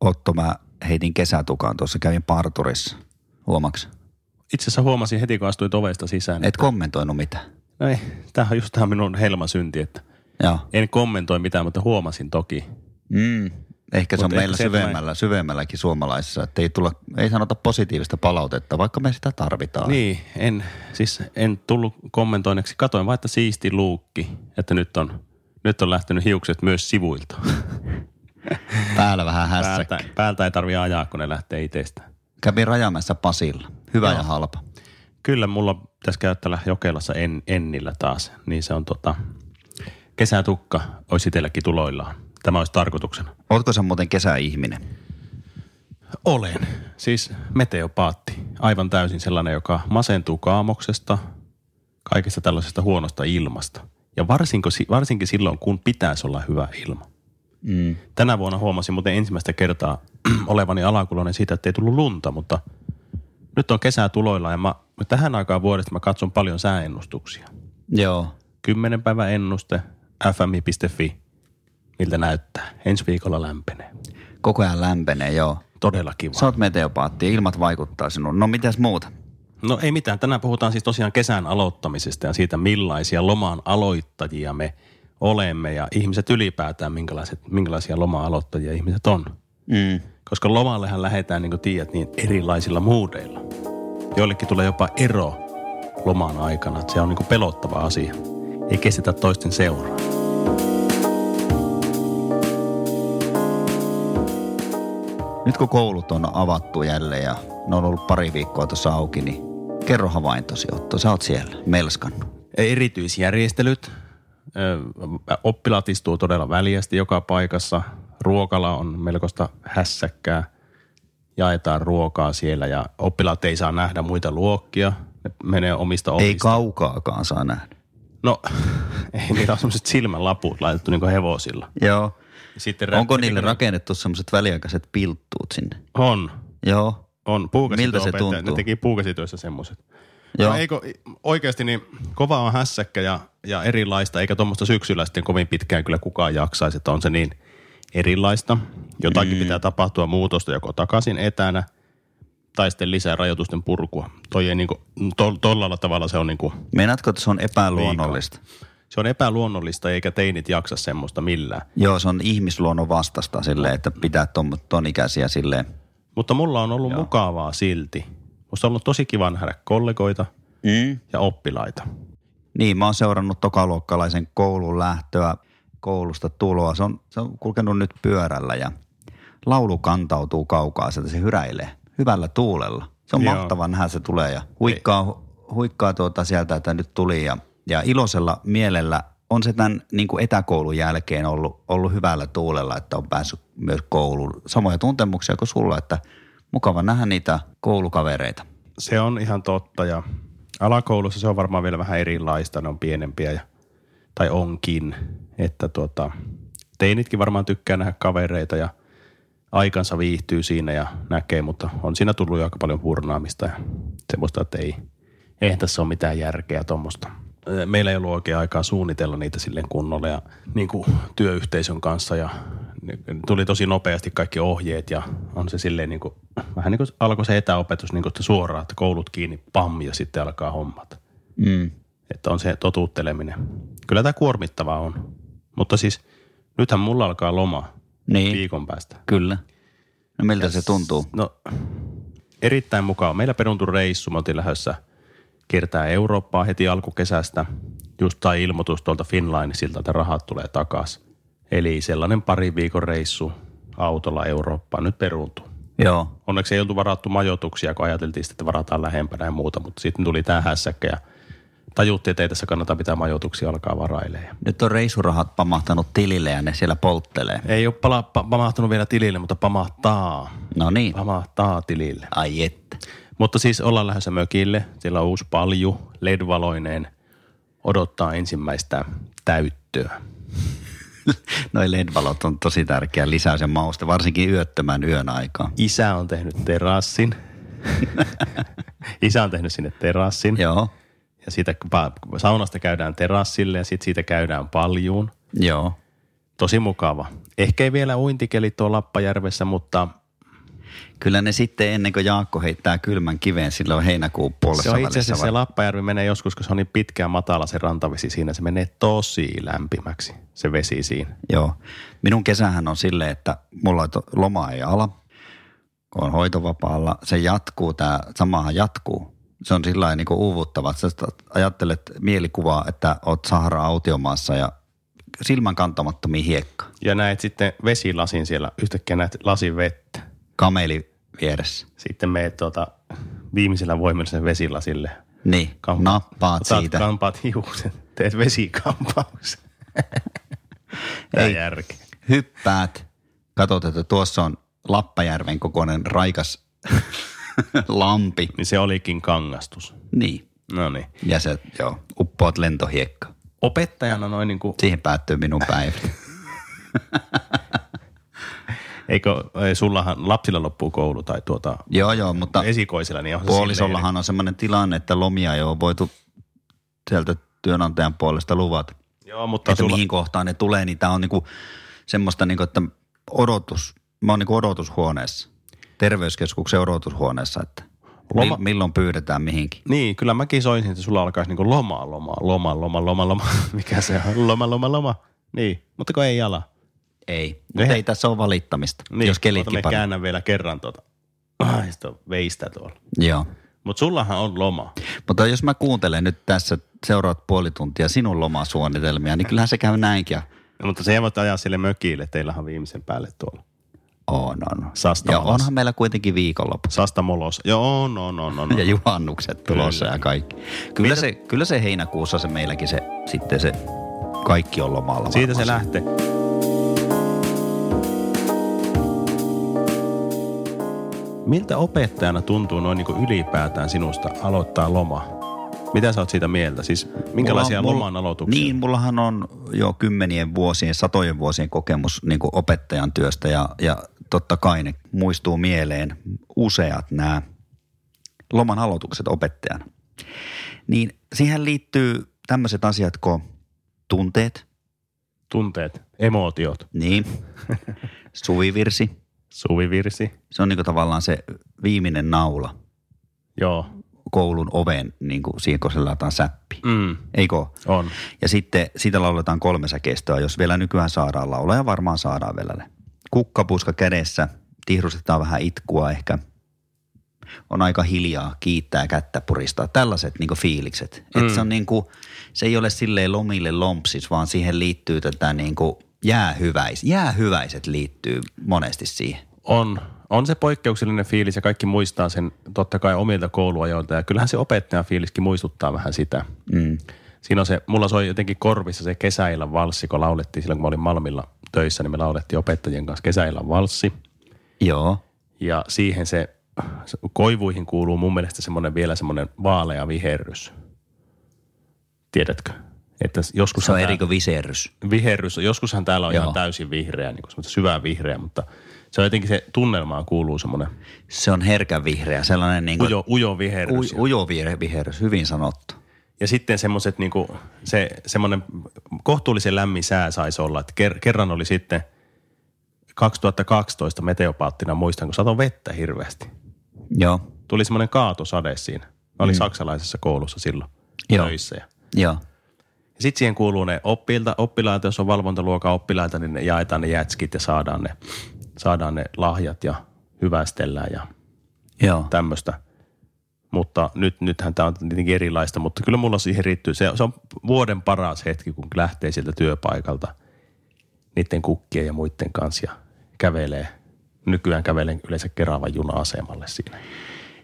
Otto, mä heitin kesätukaan tuossa, kävin parturissa. Huomaks? Itse asiassa huomasin heti, kun astuit ovesta sisään. niin- Et kommentoinut mitään. No ei, tämähän on just tämä minun helmasynti, että Joo. en kommentoi mitään, mutta huomasin toki. Mm. Ehkä se on Mut ehkä meillä se, että syvemmällä, syvemmälläkin suomalaisessa, että ei, tulla, ei sanota positiivista palautetta, vaikka me sitä tarvitaan. Niin, en, siis en tullut kommentoinneksi. Katoin vaan, että siisti luukki, että nyt on, nyt on lähtenyt hiukset myös sivuilta. Päällä vähän hässäkkä. Päältä, päältä ei tarvi ajaa, kun ne lähtee itsestä. Kävin Rajamäessä Pasilla. Hyvä ja halpa. Kyllä mulla pitäisi käydä täällä Jokelassa en, Ennillä taas. Niin se on tota, kesätukka olisi itselläkin tuloillaan. Tämä olisi tarkoituksena. Ootko sä muuten kesäihminen? Olen. Siis meteopaatti. Aivan täysin sellainen, joka masentuu kaamoksesta, kaikesta tällaisesta huonosta ilmasta. Ja varsinko, si- varsinkin silloin, kun pitäisi olla hyvä ilma. Mm. Tänä vuonna huomasin muuten ensimmäistä kertaa olevani alakuloinen siitä, että ei tullut lunta, mutta nyt on kesää tuloilla ja mä, mä tähän aikaan vuodesta mä katson paljon sääennustuksia. Joo. 10 päivä ennuste, fmi.fi, miltä näyttää. Ensi viikolla lämpenee. Koko ajan lämpenee, joo. Todella kiva. Sä oot meteopaatti, ilmat vaikuttaa sinuun. No mitäs muuta? No ei mitään. Tänään puhutaan siis tosiaan kesän aloittamisesta ja siitä, millaisia loman aloittajia me olemme ja ihmiset ylipäätään, minkälaiset, minkälaisia loman aloittajia ihmiset on. Mm. Koska lomallehan lähdetään, niin kuin tiedät, niin erilaisilla muudeilla. Joillekin tulee jopa ero loman aikana. että Se on niin kuin pelottava asia. Ei kestetä toisten seuraa. Nyt kun koulut on avattu jälleen ja ne on ollut pari viikkoa tuossa auki, niin kerro havaintosi Otto. Sä oot siellä, melskan. erityisjärjestelyt. Ö, Oppilaat istuu todella väliästi joka paikassa. Ruokala on melkoista hässäkkää. Jaetaan ruokaa siellä ja oppilaat ei saa nähdä muita luokkia. Ne menee omista Ei ovista. kaukaakaan saa nähdä. No, ei niillä ole semmoiset silmälaput laitettu niin hevosilla. Joo. Sitten Onko niille rakennettu semmoiset väliaikaiset pilttuut sinne? On, Joo. on. Puukäsityö- Miltä se opettajat, tuntuu? Ne teki puukäsityössä semmoiset. Joo. No eikö, oikeasti niin kova on hässäkkä ja, ja erilaista, eikä tuommoista syksyllä sitten kovin pitkään kyllä kukaan jaksaisi, että on se niin erilaista. Jotakin mm. pitää tapahtua muutosta joko takaisin etänä tai sitten lisää rajoitusten purkua. Toi ei niinku, to, tollalla tavalla se on niinku, Meinaatko, että se on epäluonnollista? se on epäluonnollista eikä teinit jaksa semmoista millään. Joo, se on ihmisluonnon vastasta silleen, että pitää ton, ton ikäisiä silleen. Mutta mulla on ollut Joo. mukavaa silti. Musta on ollut tosi kiva nähdä kollegoita Mm. ja oppilaita. Niin, mä oon seurannut tokaluokkalaisen koulun lähtöä, koulusta tuloa. Se on, se on kulkenut nyt pyörällä ja laulu kantautuu kaukaa sieltä, se hyräilee hyvällä tuulella. Se on Joo. Joo. mahtava nähdä, se tulee ja huikkaa, huikkaa tuota sieltä, että nyt tuli ja, ja iloisella mielellä on se tämän niin kuin etäkoulun jälkeen ollut, ollut hyvällä tuulella, että on päässyt myös kouluun. Samoja tuntemuksia kuin sulla, että mukava nähdä niitä koulukavereita. Se on ihan totta ja alakoulussa se on varmaan vielä vähän erilaista, ne on pienempiä ja, tai onkin, että tuota, teinitkin varmaan tykkää nähdä kavereita ja aikansa viihtyy siinä ja näkee, mutta on siinä tullut jo aika paljon hurnaamista ja semmoista, että ei, ei tässä ole mitään järkeä tuommoista. Meillä ei ollut oikein aikaa suunnitella niitä silleen kunnolla ja niin kuin työyhteisön kanssa ja tuli tosi nopeasti kaikki ohjeet ja on se silleen niin kuin, vähän niin kuin alkoi se etäopetus niin kuin että suoraan, että koulut kiinni, pam ja sitten alkaa hommat. Mm. Että on se totuutteleminen. Kyllä tämä kuormittavaa on, mutta siis nythän mulla alkaa loma Niin. viikon päästä. Kyllä. No miltä se tuntuu? No erittäin mukava. Meillä peruntui reissu. Me oltiin lähdössä kiertää Eurooppaa heti alkukesästä. Just sai ilmoitus tuolta Finlinesilta, että rahat tulee takas. Eli sellainen pari viikon reissu autolla Eurooppaan nyt peruuntuu. Joo. Onneksi ei oltu varattu majoituksia, kun ajateltiin sitten, että varataan lähempänä ja muuta, mutta sitten tuli tämä hässäkkä ja tajuttiin, että ei tässä kannata pitää majoituksia alkaa varailemaan. Nyt on reisurahat pamahtanut tilille ja ne siellä polttelee. Ei ole pala- pa- pamahtunut vielä tilille, mutta pamahtaa. No niin. Pamahtaa tilille. Ai että. Mutta siis ollaan lähdössä mökille. Siellä on uusi palju, LED-valoineen. Odottaa ensimmäistä täyttöä. Noi LED-valot on tosi tärkeä lisäys ja mauste, varsinkin yöttömän yön aikaan. Isä on tehnyt terassin. Isä on tehnyt sinne terassin. Joo. Ja siitä pa- saunasta käydään terassille ja sitten siitä käydään paljuun. Joo. Tosi mukava. Ehkä ei vielä uintikeli tuo Lappajärvessä, mutta Kyllä ne sitten ennen kuin Jaakko heittää kylmän kiveen silloin heinäkuun puolessa se on itse välissä asiassa vai- se Lappajärvi menee joskus, kun se on niin pitkä ja matala se rantavesi siinä. Se menee tosi lämpimäksi se vesi siinä. Joo. Minun kesähän on silleen, että mulla on to- loma ei ala, kun on hoitovapaalla. Se jatkuu, tämä samahan jatkuu. Se on sillä lailla niin uuvuttava, että sä sitä ajattelet mielikuvaa, että oot Sahara autiomaassa ja silmän kantamattomiin hiekka. Ja näet sitten vesilasin siellä, yhtäkkiä näet lasin vettä. Kameli vieressä. Sitten meet tuota, viimeisellä voimilla sen vesilasille. Niin, Kam- nappaat Otat siitä. kampaat hiukset, teet vesikampauksen. Tää Ei. järki. hyppäät, katsot, että tuossa on Lappajärven kokoinen raikas lampi. Niin se olikin kangastus. Niin. No niin. Ja se, joo, uppoat lentohiekka. Opettajana noin niin kuin, Siihen päättyy minun päivä. eikö, ei, sullahan lapsilla loppuu koulu tai tuota, joo, joo, mutta esikoisilla, niin on se silleen- puolisollahan on sellainen tilanne, että lomia ei ole voitu sieltä työnantajan puolesta luvata. Joo, mutta Että sulla, mihin kohtaan ne tulee, niin tämä on niinku semmoista, niinku, että odotus, mä oon niinku odotushuoneessa, terveyskeskuksen odotushuoneessa, että Loma. Loma- milloin pyydetään mihinkin. Niin, kyllä mäkin soisin, että sulla alkaisi niinku lomaa, lomaa, loma, loma, loma, loma. Mikä se on? Loma, loma, loma. Niin, mutta kun ei ala. Ei, mutta ei tässä ole valittamista, Niin, niin, jos kelitkin oota, me paremmin. käännän vielä kerran tuota. Ai, sitä on veistä tuolla. Joo, Mutta sullahan on loma. mutta jos mä kuuntelen nyt tässä seuraavat puoli tuntia sinun lomasuunnitelmia, niin kyllähän se käy näinkin. ja- No, mutta se ei voi ajaa sille mökille, teillähän on viimeisen päälle tuolla. On, on. Ja Sastamalas. onhan meillä kuitenkin viikonloppu Sasta molos. Joo, on, on, on, on. ja on. juhannukset tulossa Kyllä. ja kaikki. Kyllä se, kyllä se heinäkuussa se meilläkin se, sitten se kaikki on lomalla. Siitä se varmasti. lähtee. Miltä opettajana tuntuu noin niin ylipäätään sinusta aloittaa loma? Mitä sä oot siitä mieltä? Siis minkälaisia Mulla on- loman aloituksia? Niin, mullahan on jo kymmenien vuosien, satojen vuosien kokemus niin kuin opettajan työstä ja, ja totta kai ne muistuu mieleen useat nämä loman aloitukset opettajana. Niin siihen liittyy tämmöiset asiat kuin tunteet, Tunteet, emootiot, niin, suvivirsi, suvivirsi. se on niin kuin tavallaan se viimeinen naula Joo. koulun oven, niin kuin siihen kun se laitetaan säppi, Mm, eikö ole? on. Ja sitten siitä lauletaan kolme säkeistöä, jos vielä nykyään saadaan laulaa ja varmaan saadaan vielä ne. Kukkapuska kädessä, tihrustetaan vähän itkua ehkä. On aika hiljaa, kiittää kättä puristaa. Tällaiset niinku fiilikset. Mm. Et se, on niinku, se ei ole silleen lomille lompsis, vaan siihen liittyy tätä niinku jäähyväis. Jäähyväiset liittyy monesti siihen. On. On se poikkeuksellinen fiilis ja kaikki muistaa sen totta kai omilta kouluajoilta. Ja kyllähän se opettajan fiiliskin muistuttaa vähän sitä. Mm. Siinä on se, mulla soi jotenkin korvissa se kesäillan valssi, kun laulettiin silloin, kun mä olin Malmilla töissä, niin me laulettiin opettajien kanssa kesäillan valssi. Joo, Ja siihen se, se koivuihin kuuluu mun mielestä semmoinen vielä semmoinen vaalea viherrys. Tiedätkö? Että joskus se on eri kuin viserys. viherrys, joskushan täällä on Joo. Joo. ihan täysin vihreä, niin kuin syvää vihreä, mutta se on jotenkin se tunnelmaan kuuluu semmoinen Se on herkän vihreä, sellainen niinku ujo, ujo viherrys. u, ujo vihre- viherys, hyvin sanottu. Ja sitten semmoiset, niin se semmoinen kohtuullisen lämmin sää saisi olla. Että ker, kerran oli sitten 2012 meteopaattina, muistan, kun satoi vettä hirveästi. Joo, Tuli semmoinen kaatosade siinä. Mä olin mm. saksalaisessa koulussa silloin Joo. Joo. töissä. Ja joo. Ja sitten siihen kuuluu ne oppiilta, oppilaita, jos on valvontaluokan oppilaita, niin ne jaetaan ne jätskit ja saadaan ne, saadaan ne lahjat ja hyvästellään ja Joo. tämmöistä. Mutta nyt, nythän tämä on tietenkin erilaista, mutta kyllä mulla siihen riittyy. Se, se on vuoden paras hetki, kun lähtee sieltä työpaikalta niiden kukkien ja muiden kanssa ja kävelee. Nykyään kävelen yleensä Keravan juna-asemalle siinä.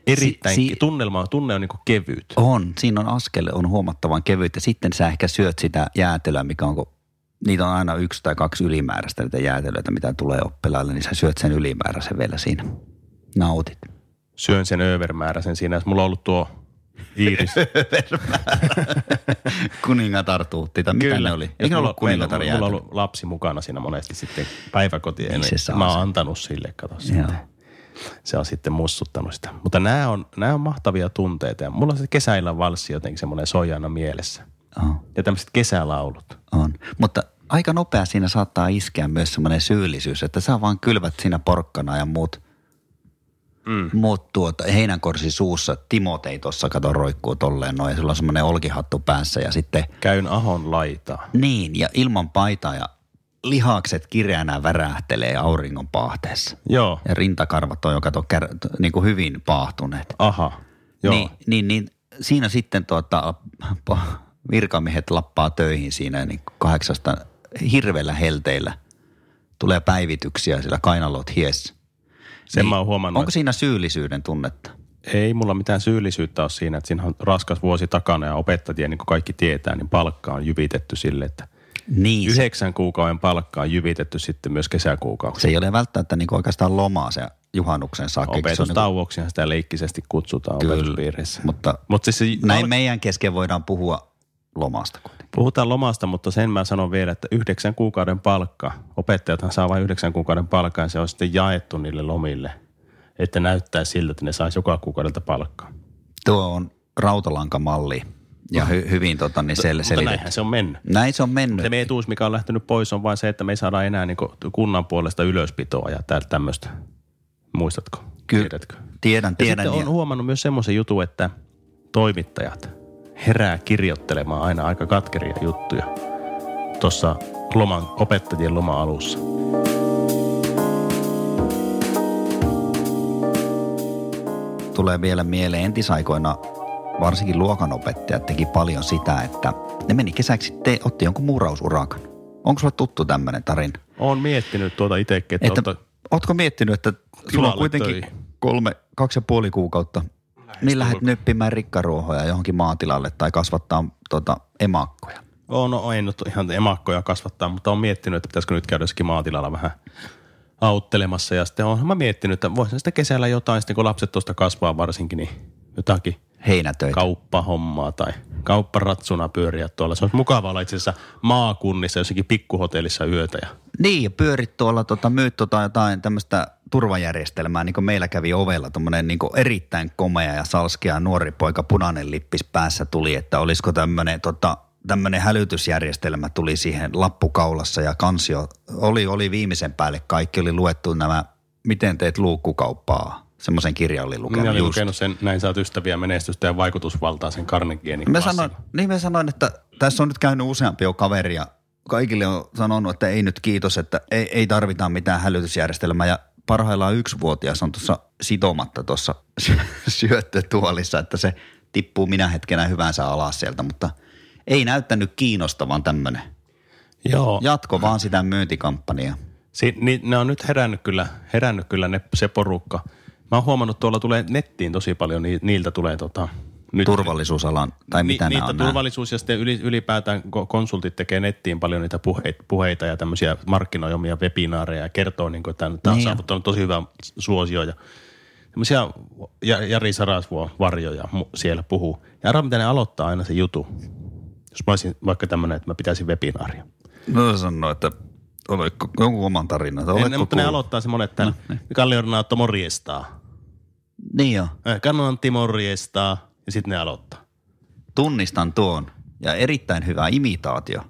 Erittäin, si, si- si, tunnelma, tunne on niin kevyt. On, siinä on askel, on huomattavan kevyt ja sitten sä ehkä syöt sitä jäätelöä, mikä on, kun niitä on aina yksi tai kaksi ylimääräistä niitä jäätelöitä, mitä tulee oppilaille, niin sä syöt sen ylimääräisen vielä siinä. Nautit. Syön sen övermääräisen siinä. Jos mulla on ollut tuo Iiris, Kuningatartuutti tai mitä ne oli? Eikö ne ollut kuningatar Meillä on mulla on ollut lapsi mukana siinä monesti sitten päiväkotiin. Niin se saa mä sen. oon antanut sille, kato Joo. sitten. Se on sitten mussuttanut sitä. Mutta nämä on, nämä on mahtavia tunteita. Ja mulla on se kesäillan valssi jotenkin semmoinen soi aina mielessä. Oh, Ja tämmöiset kesälaulut. on. Mutta aika nopea siinä saattaa iskeä myös semmoinen syyllisyys, että sä vaan kylvät siinä porkkana ja muut, mm. muut tuota, heinänkorsi suussa. Timot ei tossa kato roikkuu tolleen noin ja sulla on semmoinen olkihattu päässä ja sitten Käyn ahon laitaa. niin ja ilman paitaa ja lihakset kireänä värähtelee auringon paahteessa. Joo. Ja rintakarvat on jo kato kär, niin kuin hyvin paahtuneet. Aha. Joo. Niin, niin, niin siinä sitten tuota, po- virkamiehet lappaa töihin siinä niin kuin kahdeksasta hirveillä helteillä. Tulee päivityksiä sillä kainalot hies. Sen mä oon huomannut, niin. Onko siinä syyllisyyden tunnetta? ei mulla mitään syyllisyyttä ole siinä, että siinä on raskas vuosi takana ja opettajia, niin kuin kaikki tietää, niin palkka on jyvitetty sille, että Niin. Se, yhdeksän kuukauden palkka on jyvitetty sitten myös kesäkuukausi. se ei ole välttämättä niin kuin oikeastaan lomaa se juhannuksen saakka. eikö se niinku- ole Opetustauoksihan sitä leikkisesti kutsutaan Kyllä. opetuspiirissä. niin kuin- mutta Mutta siis se näin meidän kesken voidaan puhua lomasta kuitenkin. Puhutaan lomasta, mutta sen mä sanon vielä, että yhdeksän kuukauden palkka, opettajathan saa vain yhdeksän kuukauden palkkaa ja se on sitten jaettu niille lomille, että näyttää siltä, että ne saisi joka kuukaudelta palkkaa. Tuo on rautalankamalli ja hy, hyvin tota, niin sel, Mutta selitetty. näinhän se on mennyt. Näin se on mennyt. Se meidän etuus, mikä on lähtenyt pois, on vain se, että me ei saada enää niin kunnan puolesta ylöspitoa ja tä- tämmöistä. Muistatko? Ky- Tiedätkö? Tiedän, Ja tiedän. sitten on huomannut myös semmoisen jutun, että toimittajat herää kirjoittelemaan aina aika katkeria juttuja tuossa loman, opettajien loma-alussa. tulee vielä mieleen entisaikoina, varsinkin luokanopettajat teki paljon sitä, että ne meni kesäksi, te otti jonkun muurausurakan. Onko sulla tuttu tämmöinen tarina? Olen miettinyt tuota itsekin, että, Että, että ootko miettinyt, että sulla on Tilalle kuitenkin töihin. kolme, kaksi ja puoli kuukautta, niin lähdet nyppimään rikkaruohoja johonkin maatilalle tai kasvattaa tota, emakkoja. on, no, en nyt ihan emakkoja kasvattaa, mutta olen miettinyt, että pitäisikö nyt käydä jossakin maatilalla vähän auttelemassa. Ja sitten olen mä miettinyt, että voisin sitä kesällä jotain, sitten kun lapset tuosta kasvaa varsinkin, niin jotakin Heinätöitä. kauppahommaa tai kaupparatsuna pyöriä tuolla. Se olisi mukavaa olla itse asiassa maakunnissa jossakin pikkuhotellissa yötä ja Niin, ja pyörit tuolla, tota, myyt tota jotain tämmöistä turvajärjestelmää, niin kuin meillä kävi ovella, tuommoinen niin erittäin komea ja salskea nuori poika, punainen lippis päässä tuli, että olisiko tämmöinen tota, tämmöinen hälytysjärjestelmä tuli siihen lappukaulassa ja kansio oli, oli viimeisen päälle kaikki, oli luettu nämä, miten teet luukkukauppaa, semmoisen kirjan oli lukenut. minä olin just. lukenut sen, näin saat ystäviä menestystä ja vaikutusvaltaa sen Carnegienin Mä klassikon. sanoin, niin mä sanoin, että tässä on nyt käynyt useampi jo kaveria. Kaikille on sanonut, että ei nyt kiitos, että ei, ei tarvita mitään hälytysjärjestelmää. Ja parhaillaan yksivuotias on tuossa sitomatta tuossa syöttötuolissa, että se tippuu minä hetkenä hyvänsä alas sieltä, mutta ei näyttänyt kiinnostavan tämmöinen. Joo, Jatko vaan sitä myyntikampanjaa. Si- niin, ne on nyt herännyt kyllä, herännyt kyllä ne, se porukka. Mä oon huomannut, tuolla tulee nettiin tosi paljon, ni- niiltä tulee tota, nyt, Turvallisuusalan, tai mitä ni- nämä niitä on nämä? turvallisuus ja sitten yli, ylipäätään ko- konsultit tekee nettiin paljon niitä puhe- puheita ja tämmöisiä markkinoimia webinaareja ja kertoo, niin kuin, että tämä on Niin. saavuttanut tosi hyvän suosio ja tämmöisiä ja- Jari Sarasvuo varjoja mu- siellä puhuu. Ja arvaa, mitä ne aloittaa aina se jutu. Jos mä olisin vaikka tämmöinen, että mä pitäisin webinaaria. No sanoi, että oletko jonkun oman tarinan, että En, mutta ne aloittaa semmoinen, että No, Kalliorinnaatto morjestaa. Niin joo. Äh, Kanantti morjestaa ja sitten ne aloittaa. Tunnistan tuon ja erittäin hyvä imitaatio.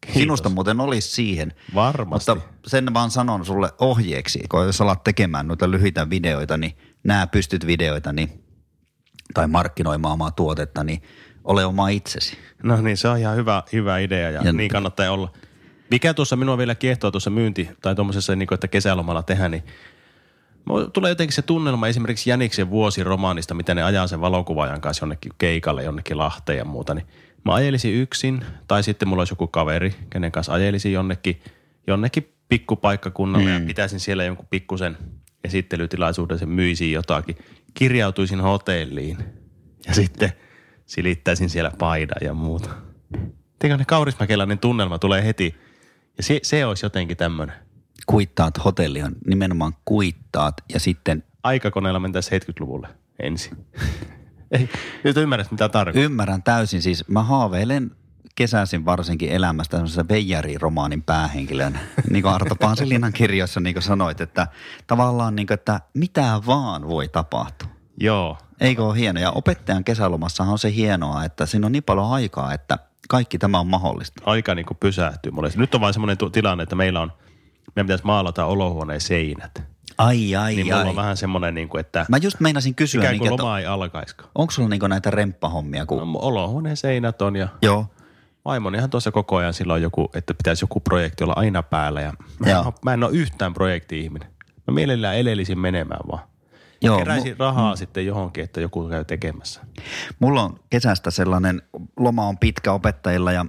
Kiitos. Sinusta muuten olisi siihen. Varmasti. Mutta sen vaan sanon sulle ohjeeksi, kun jos alat tekemään noita lyhyitä videoita, niin nämä pystyt videoita niin, tai markkinoimaan omaa tuotetta, niin ole oma itsesi. No niin, se on ihan hyvä, hyvä idea ja, Ja- ja niin kannattaa olla. Mikä tuossa minua vielä kiehtoo tuossa myynti tai tuommoisessa, niin kuin, että kesälomalla tehdään, niin mulla tulee jotenkin se tunnelma esimerkiksi Jäniksen vuosiromaanista, mitä ne ajaa sen valokuvaajan kanssa jonnekin keikalle, jonnekin Lahteen ja muuta, niin mä ajelisin yksin tai sitten mulla olisi joku kaveri, kenen kanssa ajelisin jonnekin, jonnekin pikkupaikkakunnalle mm. ja pitäisin siellä jonkun pikkusen esittelytilaisuuden, sen myisin jotakin, kirjautuisin hotelliin ja sitten silittäisin siellä paidan ja muuta. Tiedätkö, ne kaurismäkeläinen tunnelma tulee heti ja se, se olisi jotenkin tämmöinen. Kuittaat hotelli on nimenomaan kuittaat ja sitten aikakoneella mentäisiin 70-luvulle ensin. Ei, nyt ymmärrät, mitä tarkoitan. ymmärrän täysin. Siis mä haaveilen kesäisin varsinkin elämästä semmoisessa veijari-romaanin päähenkilön, niin kuin Arto Paasilinnan kirjassa niin kuin sanoit, että tavallaan niin kuin, että mitä vaan voi tapahtua. Joo. Eikö ole hieno? Ja opettajan kesälomassahan on se hienoa, että siinä on niin paljon aikaa, että kaikki tämä on mahdollista. aika niin kuin pysähtyy mulle. Nyt on vain semmoinen tu- tilanne, että meillä on, meidän pitäisi maalata olohuoneen seinät. Ai, ai, niin Niin mulla ai. on vähän semmoinen, niin kuin, että Mä just meinasin kysyä, ikään niin, kuin että loma ei alkaiskaan. onko sulla niinku näitä remppahommia? Kun... No, mun olohuoneen seinät on ja Joo. vaimonihan tuossa koko ajan silloin joku, että pitäisi joku projekti olla aina päällä. Ja mä, en Joo. oo- mä en ole yhtään projekti-ihminen. Mä mielellään elelisin menemään vaan. Joo, mm. Keräisin rahaa sitten johonkin, että joku käy tekemässä. Mulla on kesästä sellainen, loma on pitkä opettajilla ja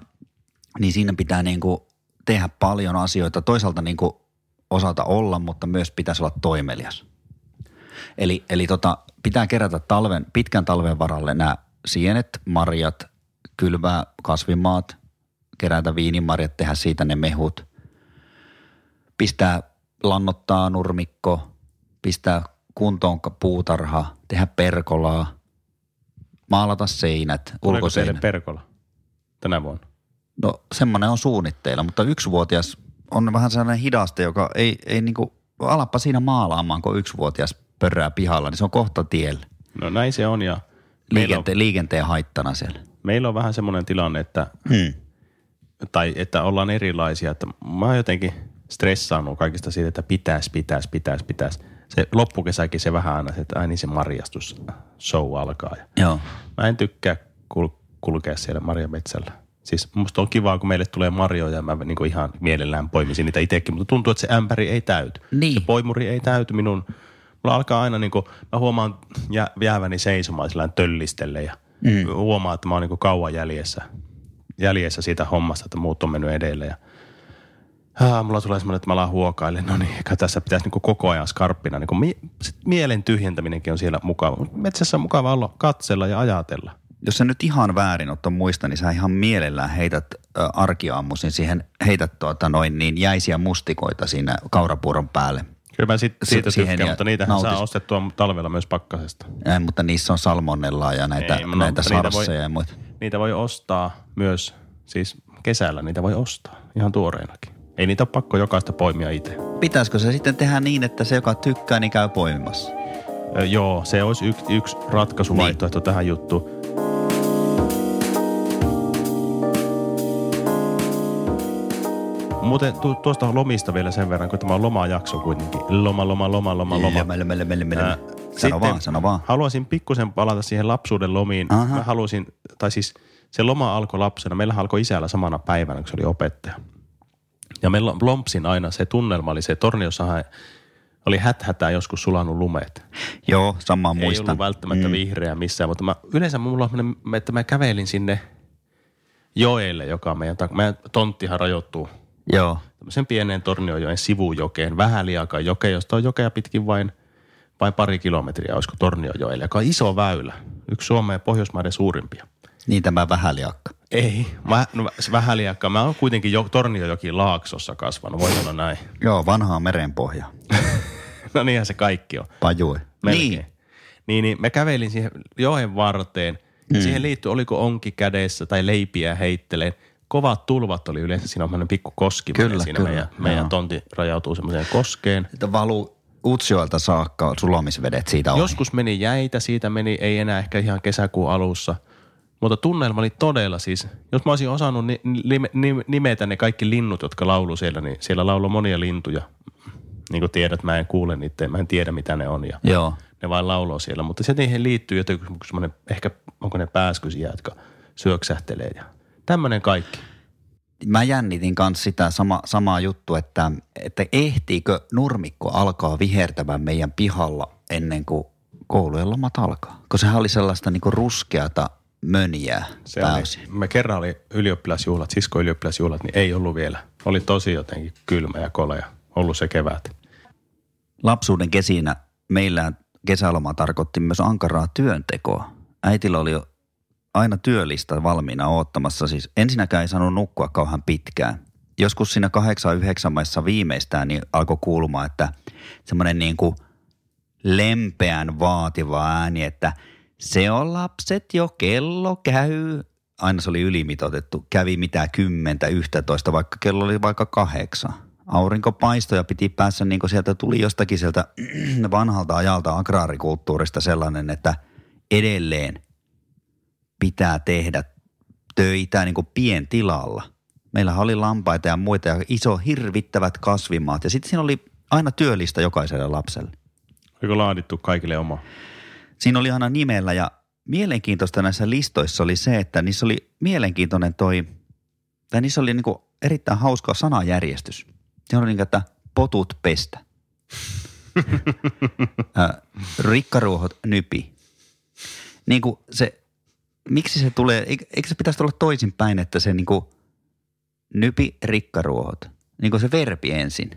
niin siinä pitää niin kuin tehdä paljon asioita. Toisaalta niin kuin osata olla, mutta myös pitäisi olla toimelias. Eli, eli tota, pitää kerätä talven, pitkän talven varalle nämä sienet, marjat, kylvää kasvimaat, kerätä viinimarjat, tehdä siitä ne mehut, pistää lannottaa nurmikko, pistää kuntoon ka- puutarha, tehdä perkolaa, maalata seinät, Tuleeko teille ulkoseinät. perkola tänä vuonna? No semmoinen on suunnitteilla, mutta yksivuotias on vähän sellainen hidaste, joka ei, ei niinku, alappa siinä maalaamaan, kun yksivuotias pörrää pihalla, niin se on kohta tiellä. No näin se on ja meillä on, Liikente, liikenteen haittana siellä. meillä on vähän semmoinen tilanne, että Hmm. tai että ollaan erilaisia. Että mä oon jotenkin stressaannut kaikista siitä, että pitäis, pitäis, pitäis, pitäis. Se loppukesäkin se vähän aina, se, että aina se marjastus show alkaa. Ja Joo. mä en tykkää kul- kulkea siellä marjametsällä. Siis musta on kivaa, kun meille tulee marjoja ja mä niinku ihan mielellään poimisin niitä itsekin, mutta tuntuu, että se ämpäri ei täyty. Niin. Se poimuri ei täyty minun. Mulla alkaa aina niinku, mä huomaan jä, jääväni seisomaan sillä lailla töllistelle ja mm. huomaan, että mä oon niinku kauan jäljessä, jäljessä siitä hommasta, että muut on mennyt edelle ja Ah, mulla tulee semmoinen, että mä alan huokaille. No niin, eikä tässä pitäisi niinku koko ajan skarppina. Niinku mie- sit mielen tyhjentäminenkin on siellä mukava. Metsässä on mukava olla katsella ja ajatella. Jos sä nyt ihan väärin otta muista, niin sä ihan mielellään heität ö, arkiaamuisin siihen, heität tuota noin niin jäisiä mustikoita siinä kaurapuuron päälle. Kyllä mä sit, Si- siitä siihen tykkään, ja mutta niitähän nautis. saa nautis- ostettua talvella myös pakkasesta. Näin, mutta niissä on salmonellaa ja näitä, Ei, Ei, no, näitä mutta niitä voi- sarseja ja muita. Niitä voi ostaa myös, siis kesällä niitä voi ostaa ihan tuoreenakin. Ei niitä ole pakko jokaista poimia itse. Pitäisikö se sitten tehdä niin, että se joka tykkää, niin käy poimimassa? Ö, joo, se olisi yksi yksi ratkaisuvaihtoehto niin. tähän juttuun. Muuten tu- tuosta lomista vielä sen verran, kun tämä on lomajakso kuitenkin. Loma, loma, loma, loma, loma. Lömö, lömö, lömö, lömö, lömö. Ää, Sano sitten vaan, sano vaan. Haluaisin pikkusen palata siihen lapsuuden lomiin. Aha. Aha. Mä halusin, tai siis se loma alkoi lapsena. Meillä alkoi isällä samana päivänä, kun se oli opettaja. Ja meillä lompsin aina se tunnelma oli se, torniossahan oli häthätää joskus sulanut lumet. Joo, samaa Ei ollut muistan. välttämättä mm. vihreä missään, mutta mä, yleensä mulla on semmoinen, että mä kävelin sinne joelle, joka on meidän, tak- meidän tonttihan rajoittuu Joo, tämmöisen pieneen Torniojoen sivujokeen, Vähäliakan jokeen, josta on jokea pitkin vain, vain pari kilometriä, olisiko Torniojoelle, joka on iso väylä. Yksi Suomen ja Pohjoismaiden suurimpia. niin tämä vähäliakka. Ei, mä, no, se Vähäliakka, mä oon kuitenkin jo, Torniojoki laaksossa kasvanut, voi sanoa näin. Joo, vanhaa merenpohjaa. No niinhän se kaikki on. Pajui. Melkein. Niin. Niin. Niin, niin mä kävelin siihen joen varteen. Mm. Siihen liittyi, oliko onki kädessä tai leipiä heitteleen. Kovat tulvat oli yleensä, siinä on sellainen pikku koski. menee Kyllä, siinä kyllä. Meidän, meidän tontti rajautuu semmoiseen koskeen. Että valuu Utsjoelta saakka sulamisvedet siitä on. Joskus meni jäitä, siitä meni, ei enää ehkä ihan kesäkuun alussa. Mutta tunnelma oli todella siis, jos mä olisin osannut ni, ni, ni, nimetä ne kaikki linnut, jotka laulu siellä, niin siellä lauloi monia lintuja. Niin kuin tiedät, mä en kuule niitä, mä en tiedä mitä ne on. Ja Joo. ne vain lauloo siellä. Mutta se niihin liittyy jotenkin semmoinen, ehkä onko ne pääskysiä, jotka syöksähtelee ja tämmöinen kaikki. Mä jännitin kanssa sitä sama, samaa juttua, että, että ehtiikö nurmikko alkaa vihertämään meidän pihalla ennen kuin koulujen lomat alkaa. Kun sehän oli sellaista niinku ruskeata mönjää Se pääosin. oli, mä kerran oli ylioppilasjuhlat, sisko ylioppilasjuhlat, niin ei ollut vielä. Oli tosi jotenkin kylmä ja kolea ollut se kevät. lapsuuden kesinä meillä kesäloma tarkoitti myös ankaraa työntekoa. Äitillä oli jo aina työlista valmiina oottamassa. Siis ensinnäkään ei saanut nukkua kauhean pitkään. Joskus siinä kahdeksan yhdeksän maissa viimeistään niin alkoi kuulumaan, että semmoinen niin kuin lempeän vaativa ääni, että se on lapset jo kello käy. Aina se oli ylimitoitettu. Kävi mitä kymmentä, yhtätoista, vaikka kello oli vaikka kahdeksan. Aurinko paistoi ja piti päässä, niin kuin sieltä tuli jostakin sieltä vanhalta ajalta agraarikulttuurista sellainen, että edelleen pitää tehdä töitä niin kuin pientilalla. Meillähän oli lampaita ja muita ja iso hirvittävät kasvimaat. Ja sitten siinä oli aina työlistä jokaiselle lapselle. Oliko laadittu kaikille oma? Siinä oli aina nimellä ja mielenkiintoista näissä listoissa oli se, että niissä oli mielenkiintoinen toi, tai niissä oli niinku erittäin hauska sanajärjestys. Se oli niinku, että potut pestä. Ä, Rikkaruohot nypi. Niinku se, miksi se tulee, eik- eikö se pitäisi olla toisinpäin, että se niinku nypi rikkaruohot. Niinku se verbi ensin.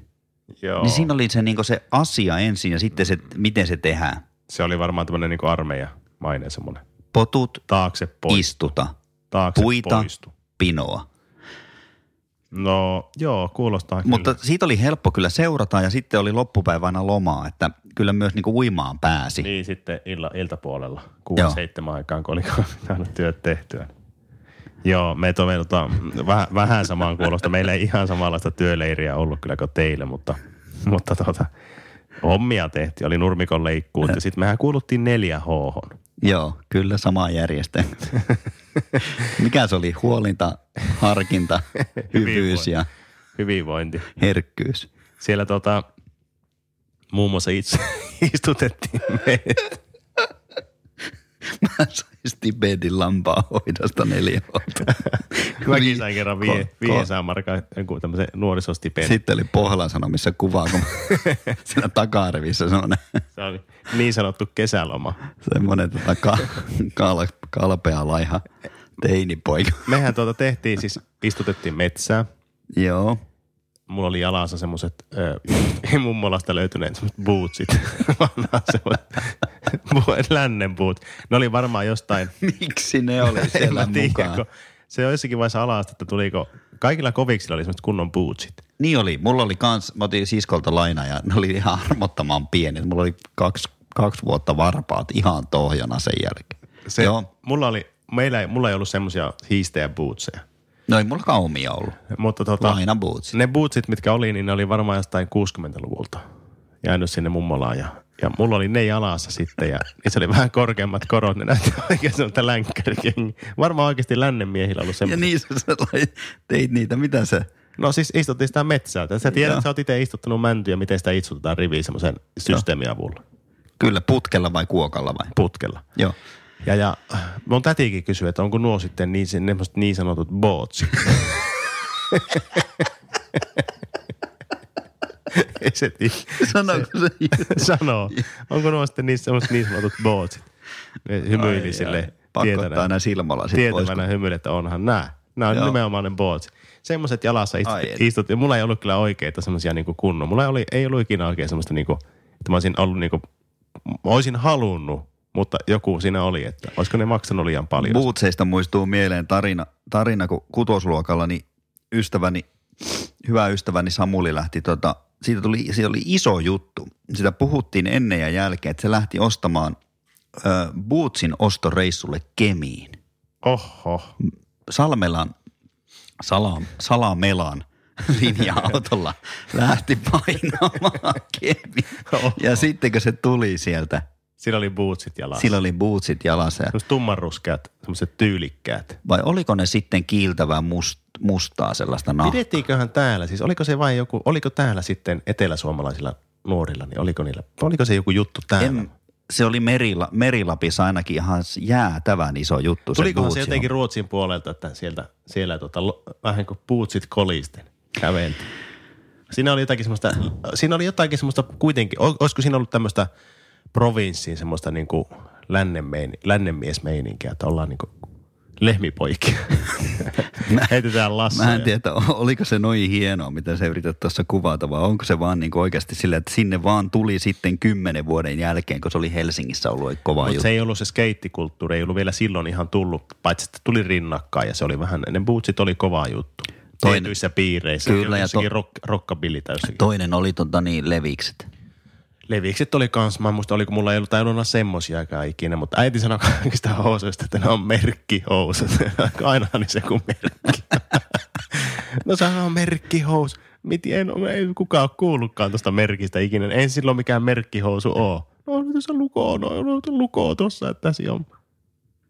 Joo. Niin siinä oli se, niinku se asia ensin ja sitten se, miten se tehdään. Se oli varmaan tämmöinen niin armeija maine semmoinen. Potut Taakse pois. istuta, taakse puita. poistu. pinoa. No joo, kuulostaa kyllä. Mutta siitä oli helppo kyllä seurata ja sitten oli loppupäivänä lomaa, että kyllä myös niinku uimaan pääsi. Niin. Niin sitten illa, iltapuolella, Joo. kuuden seitsemän aikaan, kun olikaan saanut työt tehtyä. Joo, me tuo, me, tota, vähän, vähän samaan kuulosta. Meillä ei ihan samanlaista työleiriä ollut kyllä kuin teille, mutta, mutta tuota, hommia tehtiin. Oli nurmikon leikkuut ja sitten mehän kuuluttiin 4H. Joo, kyllä sama järjestelmä. Mikä se oli? Huolinta, harkinta, hyvyys ja Hyvinvointi. herkkyys. Siellä tota, muun muassa itse istutettiin meitä. Mä sain Stibedin lampaa hoidosta neljä vuotta. Niin, Mäkin Niin sain kerran vie, Ko- ko- viiensään markaa jonkun tämmöisen nuorisostipendin. Sitten oli Pohlan sanomissa kuvaa, kun siinä takarivissä semmoinen, Se oli niin sanottu kesäloma. semmoinen tota ka, kal, kalpea laiha teinipoika. Mehän tuota tehtiin, siis istutettiin metsää. Joo. Mulla oli jalassa semmoset, ö, mummolasta löytyneet semmoset bootsit. Vanhaa semmoset, bu- lännen boot. Ne oli varmaan jostain, Miksi ne oli en siellä mä tiedä, mukaan? kun se on jossakin vaiheessa alasta, että tuliko, kaikilla koviksilla oli semmoset kunnon bootsit. Niin oli. Mulla oli kans, mä otin siskolta lainaa ja ne oli ihan armottoman pienet. Mulla oli kaksi, kaksi vuotta varpaat ihan tohjana sen jälkeen. Se, Se... Joo. Mulla oli, meillä ei, mulla ei ollut semmosia hiistejä bootseja. No ei mullakaan omia ollut. Mutta tota, Laina bootsi. ne bootsit, mitkä oli, niin ne oli varmaan jostain 60-luvulta jäänyt sinne mummolaan ja, ja mulla oli ne jalassa sitten ja niissä oli vähän korkeammat korot, ne näytti oikein semmoista länkkärikin. Varmaan oikeasti lännen miehillä ollut Ja semmoista. niin sä sellai- teit niitä. Mitä se? No siis istuttiin sitä metsää. Sä tiedät, Joo. että sä oot itse istuttanut mäntyä, miten sitä istutetaan riviin semmoisen systeemin avulla, Kyllä, putkella vai kuokalla vai? putkella. Joo. Ja, ja mun tätikin kysyi, että onko nuo sitten niin, ne semmoset niin sanotut bootsit. Ei se tiedä. Sanoiko se? sanoo. Onko nuo sitten niissä semmoiset niin sanotut bootsit? Ne niin hymyili sille Pakko ottaa tietävänä, nää silmälasit pois. tietävänä hymyili, että onhan nämä. Nämä on Joo. Joo. nimenomaan ne bootsit. Semmoiset jalassa Ai istut, et. istut, ja mulla ei ollut kyllä oikeita semmoisia niinku kunnon. Mulla ei, oli, ei ollut ikinä oikein semmoista niinku, että mä olisin ollut niinku, mä olisin halunnut, mutta joku siinä oli, että olisiko ne maksanut liian paljon. Bootseista muistuu mieleen tarina, tarina kun kutosluokalla niin ystäväni, hyvä ystäväni Samuli lähti, tota, siitä tuli, siitä oli iso juttu. Sitä puhuttiin ennen ja jälkeen, että se lähti ostamaan ö, Bootsin ostoreissulle Kemiin. Oho. Salmelan, salam, Salamelan linja-autolla lähti painamaan Kemiin. Ja sitten kun se tuli sieltä, Siinä oli bootsit jalassa. Sillä... sillä oli bootsit jalassa ja Semmoiset tummanruskeat, semmoiset tyylikkäät. Vai oliko ne sitten kiiltävää must, mustaa sellaista nah? Pidettiinköhän täällä, siis oliko se vain joku, oliko täällä sitten eteläsuomalaisilla nuorilla, niin oliko niillä, oliko se joku juttu täällä? En, se oli Merila, Merilapissa ainakin ihan s- jäätävän iso juttu. Tulikohan se bootsi jotenkin Ruotsin puolelta, että sieltä, siellä tota, lo- vähän kuin puutsit kolisten käveltiin. Siinä oli jotakin semmoista, siinä oli jotakin semmoista kuitenkin, ol- olisiko siinä ollut tämmöistä provinssiin semmoista niin kuin lännenmeini, lännenmiesmeininkiä, että ollaan niin kuin lehmipoikia. Heitetään on. Mä lassoja. en tiedä, että o- oliko se noin hienoa, mitä sä yrität tuossa kuvata, vai onko se vaan niin oikeasti sillä, että sinne vaan tuli sitten kymmenen vuoden jälkeen, kun se oli Helsingissä ollut kova Mutta juttu. se ei ollut se skeittikulttuuri, ei ollut vielä silloin ihan tullut, paitsi että tuli rinnakkain ja se oli vähän, ne bootsit oli kova juttu. Toinen- Tietyissä piireissä, Kyllä, Kyllä, ja jossakin to- to... rock, rockabilly tai jossakin. To... Toinen oli tota niin, levikset. Levikset oli kans, mä en muista, oliko mulla ei ollut tajunnut olla semmosiakaan ikinä, mutta äiti sanoi kaikista housuista, että ne on merkkihousut. Ainahan niin se kuin merkki. no sehän on merkkihousu. Miten en, ei kukaan ole kuullutkaan tuosta merkistä ikinä. En silloin mikään merkkihousu oo. No nyt se lukoo, no nyt on lukoo tuossa, että tässä on.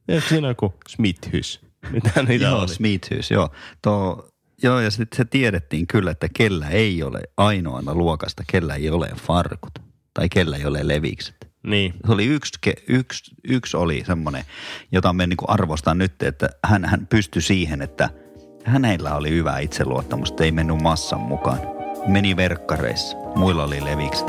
Ja siinä on kuin Smithys. Mitä niitä joo, oli? Smithyys, joo. Tuo, joo, ja sitten se tiedettiin kyllä, että kellä ei ole ainoana luokasta, kellä ei ole farkut tai kellä ei ole levikset. Niin. Se oli yksi, ke- yksi, yksi oli semmoinen, jota me niinku arvostan nyt, että hän, hän pystyi siihen, että hänellä oli hyvä itseluottamus, että ei mennyt massan mukaan. Meni verkkareissa, muilla oli levikset.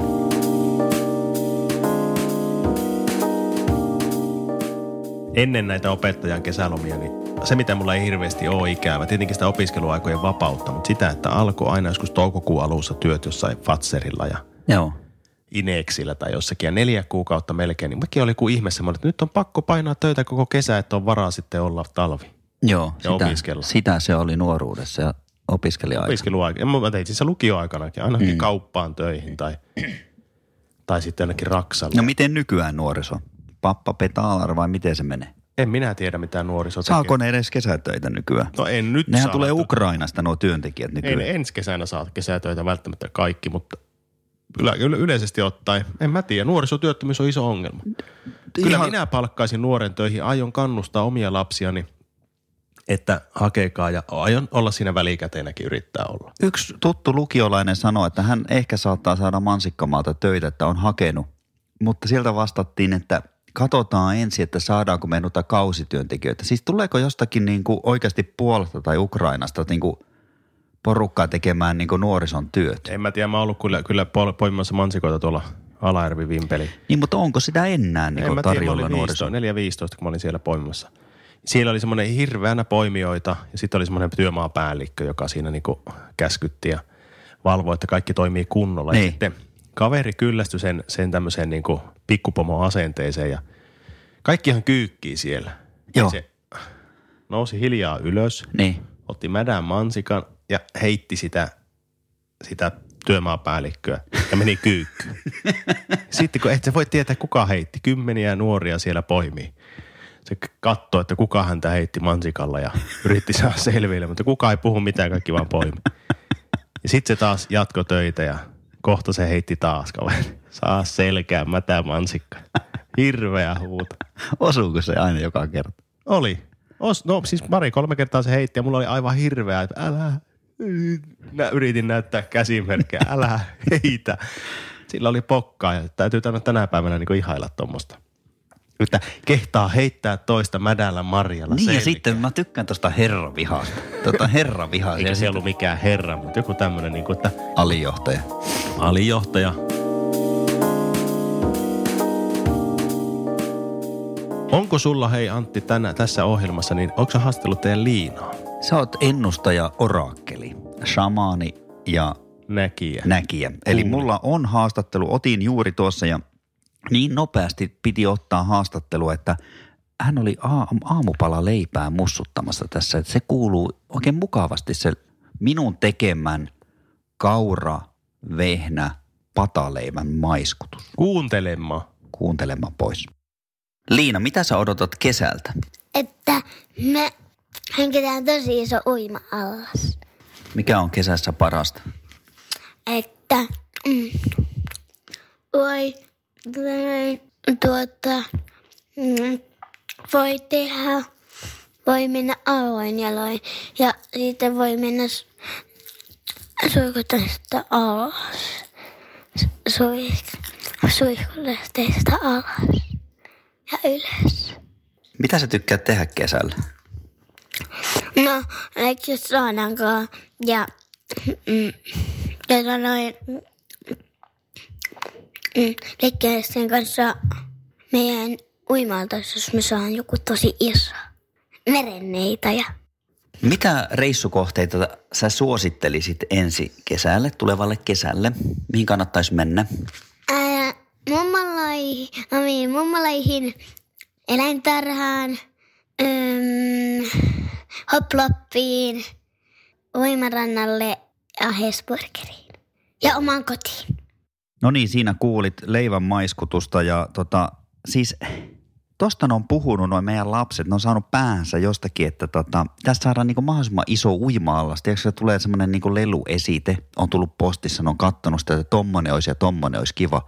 ennen näitä opettajan kesälomia, niin se mitä mulla ei hirveästi ole ikävä, tietenkin sitä opiskeluaikojen vapautta, mutta sitä, että alkoi aina joskus toukokuun alussa työt jossain Fatserilla ja Joo. Ineksillä tai jossakin ja neljä kuukautta melkein, niin mäkin oli kuin ihme semmoinen, että nyt on pakko painaa töitä koko kesä, että on varaa sitten olla talvi. Joo, Ja sitä, opiskella. sitä se oli nuoruudessa ja opiskelija Opiskeluaika. Ja mä tein siis lukioaikanakin, aina mm. kauppaan töihin tai, tai sitten ainakin Raksalle. No miten nykyään nuoriso? Pappa petaalar vai miten se menee? En minä tiedä mitä nuoriso tekee. Saako ne edes kesätöitä nykyään? No en nyt Nehän saa. tulee Ukrainasta nuo työntekijät Ei nykyään. ne ensi kesänä saa kesätöitä välttämättä kaikki, mutta yle, yle, yleisesti ottaen, en mä tiedä, nuorisotyöttömyys on iso ongelma. Kyllä Ihan- minä palkkaisin nuoren töihin, aion kannustaa omia lapsiani, että hakekaa ja aion olla siinä välikäteenäkin yrittää olla. Yksi tuttu lukiolainen sanoi, että hän ehkä saattaa saada mansikkamaalta töitä, että on hakenut. Mutta sieltä vastattiin, että katsotaan ensin, että saadaanko me noita kausityöntekijöitä. Siis tuleeko jostakin niin kuin oikeasti Puolasta tai Ukrainasta niin kuin porukkaa tekemään niin kuin nuorison työt? En mä tiedä, mä oon ollut kyllä, kyllä pol- poimimassa mansikoita tuolla Alajärvi Vimpeli. Niin, mutta onko sitä enää En niin mä kuin tiedä, mä tarjolla olin 15, nuorison? 4-15, kun mä olin siellä poimimassa. Siellä oli semmoinen hirveänä poimijoita ja sitten oli semmoinen työmaapäällikkö, joka siinä niinku käskytti ja valvoi, että kaikki toimii kunnolla. Ja Niin. sitten kaveri kyllästyi sen, sen tämmöiseen niinku pikkupomon asenteeseen ja kaikkihan kyykkii siellä. Joo. Se nousi hiljaa ylös, Niin. otti mädän mansikan ja heitti sitä, sitä työmaapäällikköä ja meni kyykkyyn. Sitten kun et sä voi tietää, kuka heitti. Kymmeniä nuoria siellä poimii. Se k- katsoi, että kuka häntä heitti mansikalla ja yritti saada selville, mutta kuka ei puhu mitään, kaikki vaan poimi. Ja sitten se taas jatkoi töitä ja kohta se heitti taas kaveri. Saa selkää, mätä mansikka. Hirveä huuto. Osuuko se aina joka kerta? Oli. Os, no siis pari-kolme kertaa se heitti ja mulla oli aivan hirveä, että älä, Nä, yritin näyttää käsimerkkejä, älä heitä. Sillä oli pokkaa ja täytyy tänä, tänä päivänä niin ihailla tuommoista. Että kehtaa heittää toista mädällä marjalla Niin ja selkään. sitten mä tykkään tosta herravihasta. Tota herravihasta. Eikä ja se ollut mikään herra, mutta joku tämmöinen, niin kuin, että sitten alijohtaja. alijohtaja. Onko sulla, hei Antti, tänä, tässä ohjelmassa, niin onko sä haastellut teidän Liinaa? Sä oot ennustaja oraakkeli, shamaani ja Näkijä. näkijä. Eli Kuulin. mulla on haastattelu, otin juuri tuossa ja niin nopeasti piti ottaa haastattelu, että hän oli aam- aamupala leipää mussuttamassa tässä. Että se kuuluu oikein mukavasti se minun tekemän kaura, vehnä, pataleivän maiskutus. Kuuntelemaan. Kuuntelemaan pois. Liina, mitä sä odotat kesältä? että me hankitaan tosi iso uima-allas. Mikä on kesässä parasta? Että mm, voi, mm, tuota, mm, voi tehdä, voi mennä aloin jaloin ja siitä voi mennä s- suihkuteista alas. Suih- suihkuteista alas ja ylös. Mitä sä tykkäät tehdä kesällä? No, eikö saadaankaan? Ja, mm, ja sanoin, mm, leikkiäisten kanssa meidän uimalta, jos me saan joku tosi iso merenneitä ja Mitä reissukohteita sä suosittelisit ensi kesälle, tulevalle kesälle? Mihin kannattaisi mennä? ää, mummalaihin, no niin, mummalaihin, eläintarhaan, äm, hoploppiin, uimarannalle ja Hesburgeriin ja omaan kotiin. No niin, siinä kuulit leivän maiskutusta ja tota, siis tosta ne on puhunut noin meidän lapset, ne on saanut päänsä jostakin, että tota, tästä saadaan niinku mahdollisimman iso uima-allas. Tiedätkö, se tulee semmoinen niinku leluesite, on tullut postissa, ne on kattonut sitä, että tommonen olisi ja tommonen olisi kiva.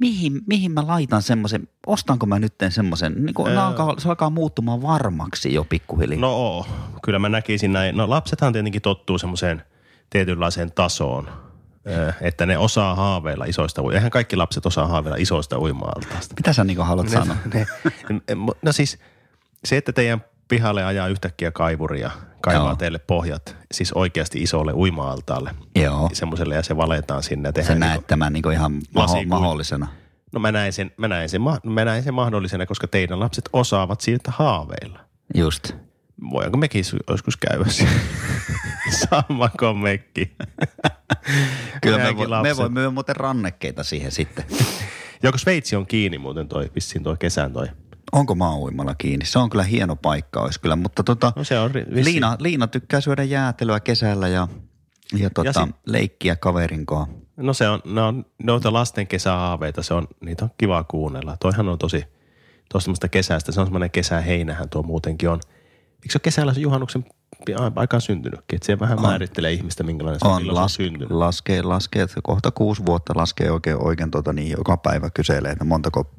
mihin, mihin mä laitan semmoisen, ostanko mä nyt semmoisen, niin kuin, Öö. nää alkaa, se alkaa muuttumaan varmaksi jo pikkuhiljaa. No oo. kyllä mä näkisin näin. No lapsethan tietenkin tottuu semmoiseen tietynlaiseen tasoon, ö, että ne osaa haaveilla isoista uima. Eihän kaikki lapset osaa haaveilla isoista uima-altaista. Mitä sä niin haluat sanoa? Ne, ne, no siis se, että teidän pihalle ajaa yhtäkkiä kaivuria, kaivaa Joo. Joo. teille pohjat, siis oikeasti isolle uima-altaalle. Joo, Semmoiselle ja se niinku valetaan sinne. ja sä tehdään näet tämän niin ihan maho- Lasikuitu. mahdollisena. No mä näen, sen, mä, näen sen, ma- mä näen sen mahdollisena, koska teidän lapset osaavat siitä haaveilla. Just. Voidaanko mekin su- joskus käydä siellä? Sammako mekki? Kyllä me, Meidänkin voi, me lapset. voi myydä muuten rannekkeita siihen sitten. Joko Sveitsi on kiinni muuten toi, vissiin toi kesän toi. Onko maa uimalla kiinni? Se on kyllä hieno paikka olisi kyllä, mutta tota, No se on ri- vissiin. Liina, Liina tykkää syödä jäätelöä kesällä ja, ja, tota, sit- leikkiä kaverinkoa. No se on, ne on noita lasten kesähaaveita, se on, niitä on kiva kuunnella. Toihan on tosi, tuosta semmoista kesästä, se on semmoinen kesäheinähän tuo muutenkin on. Eikö se ole kesällä se juhannuksen pi- a- aikaan syntynytkin? Että se vähän on. määrittelee ihmistä, minkälainen se on, On, milloin se on las, syntynyt. laskee, laskee, että kohta kuusi vuotta laskee oikein, oikein tota, niin joka päivä kyselee, että montako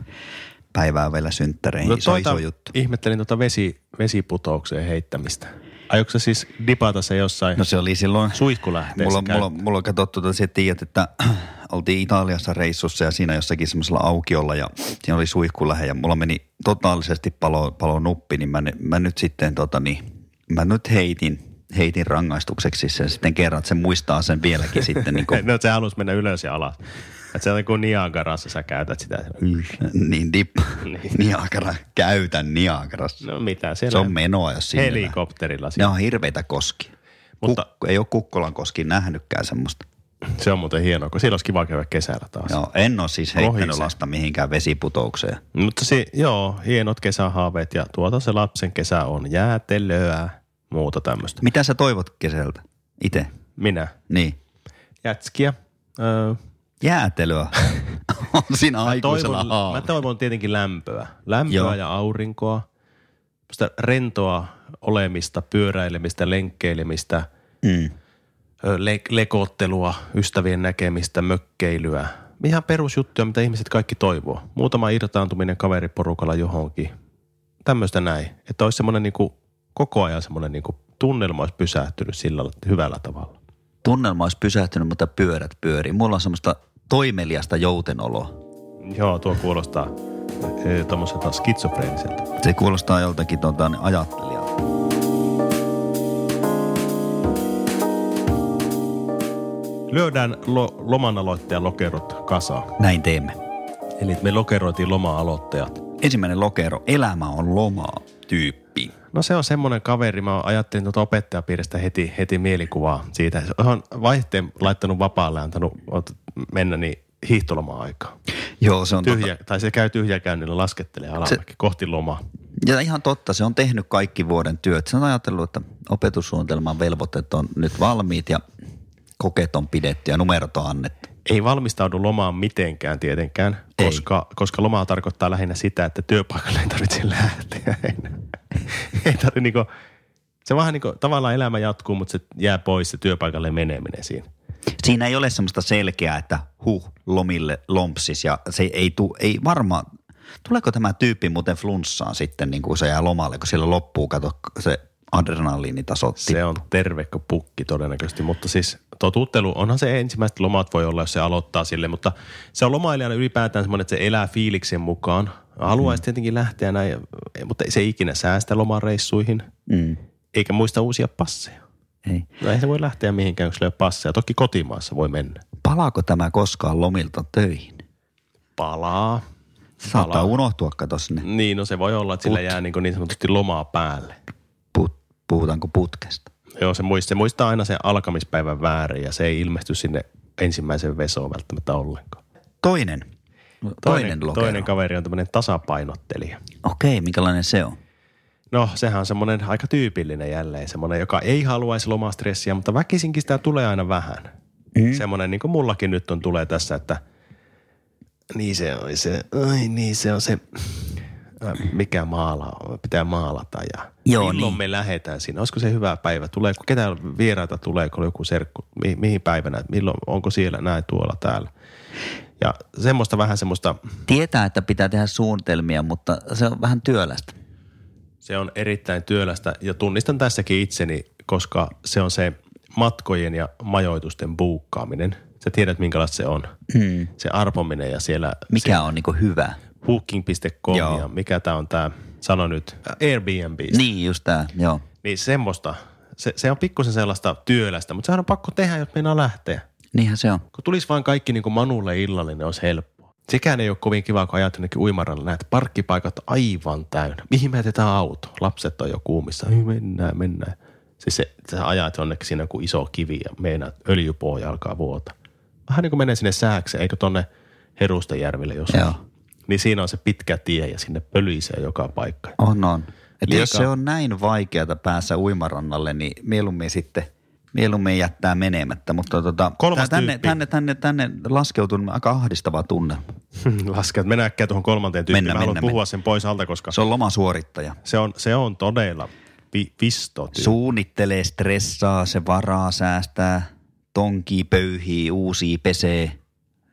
päivää vielä synttäreihin. No, se on iso juttu. Ihmettelin tuota vesi, vesiputoukseen heittämistä. Aiotko sä siis dipata se jossain? No se oli silloin, Suihkulähteessä mulla, mulla, käyttää. mulla on katsottu, että sä tiedät, että oltiin Italiassa reissussa ja siinä jossakin semmoisella aukiolla ja siinä oli suihkulähe ja mulla meni totaalisesti palo, palo nuppi, niin mä, ne- mä nyt sitten tota niin, mä nyt heitin, heitin rangaistukseksi siis sen sitten kerran, että se muistaa sen vieläkin sitten niin, kuin, no se halusi mennä ylös ja alas. Että se on niin kuin Niagarassa sä käytät sitä. niin dip, Niagara, käytä Niagarassa. No mitä Se siellä? on menoa, jos siinä Helikopterilla. Ne Siinä. on hirveitä koskia. Mutta, Mutta- Kuk- ei ole Kukkolan koski nähnytkään semmoista. Se on muuten hienoa, kun siellä olisi kiva käydä kesällä taas. Joo, en ole siis heittänyt Kohise. lasta mihinkään vesiputoukseen. Mutta se, joo, hienot kesähaaveet ja tuota se lapsen kesä on jäätelöä, muuta tämmöistä. Mitä sä toivot kesältä itse? Minä, Niin. jätskiä, öö, Jäätelöä on siinä aikuisella toivon, haave. mä toivon tietenkin lämpöä. Lämpöä Joo. Joo. ja aurinkoa, sitä rentoa olemista, pyöräilemistä, lenkkeilemistä, mm. ö, le- lekottelua, ystävien näkemistä, mökkeilyä. Ihan perusjuttuja, mitä ihmiset kaikki toivoo. Muutama irtaantuminen kaveriporukalla johonkin. Tämmöistä näin. Että olisi semmoinen niinku, koko ajan semmoinen niinku, tunnelma olisi pysähtynyt sillä hyvällä tavalla. Tunnelma olisi pysähtynyt, mutta pyörät pyörii. Mulla on semmoista toimeliasta joutenoloa. Joo, tuo kuulostaa ö, tuommoiselta skitsofreeniselta. Se kuulostaa joltakin tuota, niin ajattelijalta. Lyödään lo- loman aloittajan lokerot kasaan. Näin teemme. Eli me lokeroitiin loma-aloittajat. Ensimmäinen lokero. Elämä on lomaa tyyppi. No se on semmoinen kaveri, mä ajattelin tuota opettajapiiristä heti, heti mielikuvaa siitä. Se on vaihteen laittanut vapaalle, antanut ot- mennä niin hiihtolomaa-aikaan. Joo, se on totta. Tyhjä, tai se käy tyhjäkäynnillä laskettelee alamäki kohti lomaa. Ja ihan totta, se on tehnyt kaikki vuoden työt. Se on ajatellut, että opetussuunnitelman velvoitteet on nyt valmiit ja kokeet on pidetty ja numerot on annettu. Ei valmistaudu lomaan mitenkään tietenkään, Ei. koska, koska lomaa tarkoittaa lähinnä sitä, että työpaikalle ei tarvitse lähteä enää. ei tarvi niinku, se vähän niinku, tavallaan elämä jatkuu, mutta se jää pois se työpaikalle meneminen siinä. Siinä ei ole semmoista selkeää, että huh, lomille lompsis ja se ei, tu, ei varmaan, tuleeko tämä tyyppi muuten flunssaan sitten niin kuin se jää lomalle, kun siellä loppuu, kato se adrenaliinitaso. Se on tervekko pukki todennäköisesti, mutta siis totuuttelu, onhan se ensimmäiset lomat voi olla, jos se aloittaa sille, mutta se on lomailijana ylipäätään semmoinen, että se elää fiiliksen mukaan. Haluaisi tietenkin lähteä näin, mutta ei se ikinä säästä lomareissuihin, Mm, eikä muista uusia passeja. ei. No ei se voi lähteä mihinkään, jos ei ole passeja. Toki kotimaassa voi mennä. Palaako tämä koskaan lomilta töihin? Palaa. Se saattaa Palaa. unohtua, kato sinne. Niin, no se voi olla, että sillä jää niin, niin sanotusti lomaa päälle. Put, puhutaanko putkesta? Joo, se muistaa, se muistaa aina sen alkamispäivän väärin ja se ei ilmesty sinne ensimmäiseen vesoon välttämättä ollenkaan. Toinen. Toinen, lokero. No, toinen kaveri on tämmöinen tasapainottelija. Okei, minkälainen se on? No sehän on semmoinen aika tyypillinen jälleen, semmoinen, joka ei haluaisi lomastressiä, mutta väkisinkin sitä tulee aina vähän. Mm. Semmoinen niin kuin mullakin nyt on tulee tässä, että niin se on se, ai niin se on se äh, mikä maala, pitää maalata ja Joo, milloin niin. me lähdetään sinne. Olisiko se hyvä päivä? Tuleeko, ketä vieraita tuleeko joku serkku, mi, mihin päivänä, milloin, onko siellä näin tuolla täällä. Ja semmoista vähän semmoista, Tietää, että pitää tehdä suunnitelmia, mutta se on vähän työlästä. se on erittäin työlästä ja tunnistan tässäkin itseni, koska se on se matkojen ja majoitusten buukkaaminen. Sä tiedät, minkälaista se on. Hmm. Se arpominen ja siellä Mikä on niin hyvä? booking.com Joo. ja mikä tämä on tämä, sano nyt, Airbnb. Niin, just tämä, joo. Niin semmoista, se, se on pikkusen sellaista työlästä, mutta sehän on pakko tehdä, jos meinaa lähteä. Niinhän se on. Kun tulisi vaan kaikki niin kuin Manulle illallinen, olisi helppoa. Sekään ei ole kovin kiva, kun ajat jonnekin uimaralla näet parkkipaikat aivan täynnä. Mihin me jätetään auto? Lapset on jo kuumissa. Ei, mennään, mennään. Siis se, sä ajat jonnekin siinä kuin iso kivi ja meinaat öljypohja alkaa vuota. Vähän niin kuin menee sinne sääkseen, eikö tonne Herustajärville jossakin. Joo. Niin siinä on se pitkä tie ja sinne pölisee joka paikka. On, on. Että jos Liikaa. se on näin vaikeata päässä uimarannalle, niin mieluummin sitten mieluummin jättää menemättä. Mutta tota, Kolmas tää tänne, tyyppi. tänne, tänne, tänne laskeutunut aika ahdistava tunne. Laske, että mennään äkkiä tuohon kolmanteen tyyppiin. Mennään, Mä haluan mennään, puhua sen pois alta, koska Se on lomasuorittaja. se on, se on todella vi, visto tyyppi. Suunnittelee, stressaa, se varaa, säästää, tonkii, pöyhii, uusii, pesee,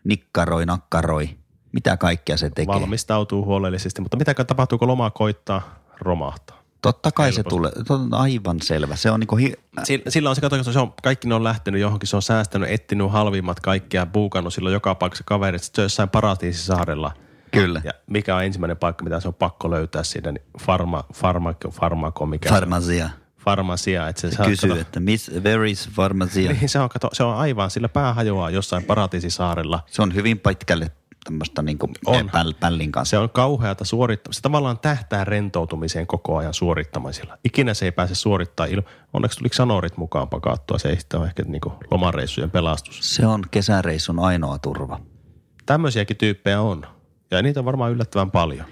nikkaroi, nakkaroi. Mitä kaikkea se tekee? valmistautuu huolellisesti, mutta mitä tapahtuu, kun loma koittaa, romahtaa. Totta kai se tulee. Se on aivan selvä. Se on niinku hi- Sillä, sillä on se, kato, kun se on, kaikki ne on lähtenyt johonkin, se on säästänyt, etsinyt halvimmat kaikkia, buukannut silloin joka paikassa kaverit, sitten se on jossain paratiisisaarella. Kyllä. Ja mikä on ensimmäinen paikka, mitä se on pakko löytää siinä, niin farma, farmako, farmako, mikä se on? farmasia. farmasia, että se saa, Kysyy, kato- että miss, where is farmasia? niin, se, on, kato, se on aivan, sillä pää hajoaa jossain paratiisisaarella. Se on hyvin pitkälle tämmöistä niin On. päl, pällin kanssa. Se on kauheata suorittamista. Se tavallaan tähtää rentoutumiseen koko ajan suorittamisella. Ikinä se ei pääse suorittaa. Il- Onneksi tuli sanorit mukaan pakattua. Se ei sitä ole ehkä niin lomareissujen pelastus. Se on kesäreissun ainoa turva. Tämmöisiäkin tyyppejä on. Ja niitä on varmaan yllättävän paljon.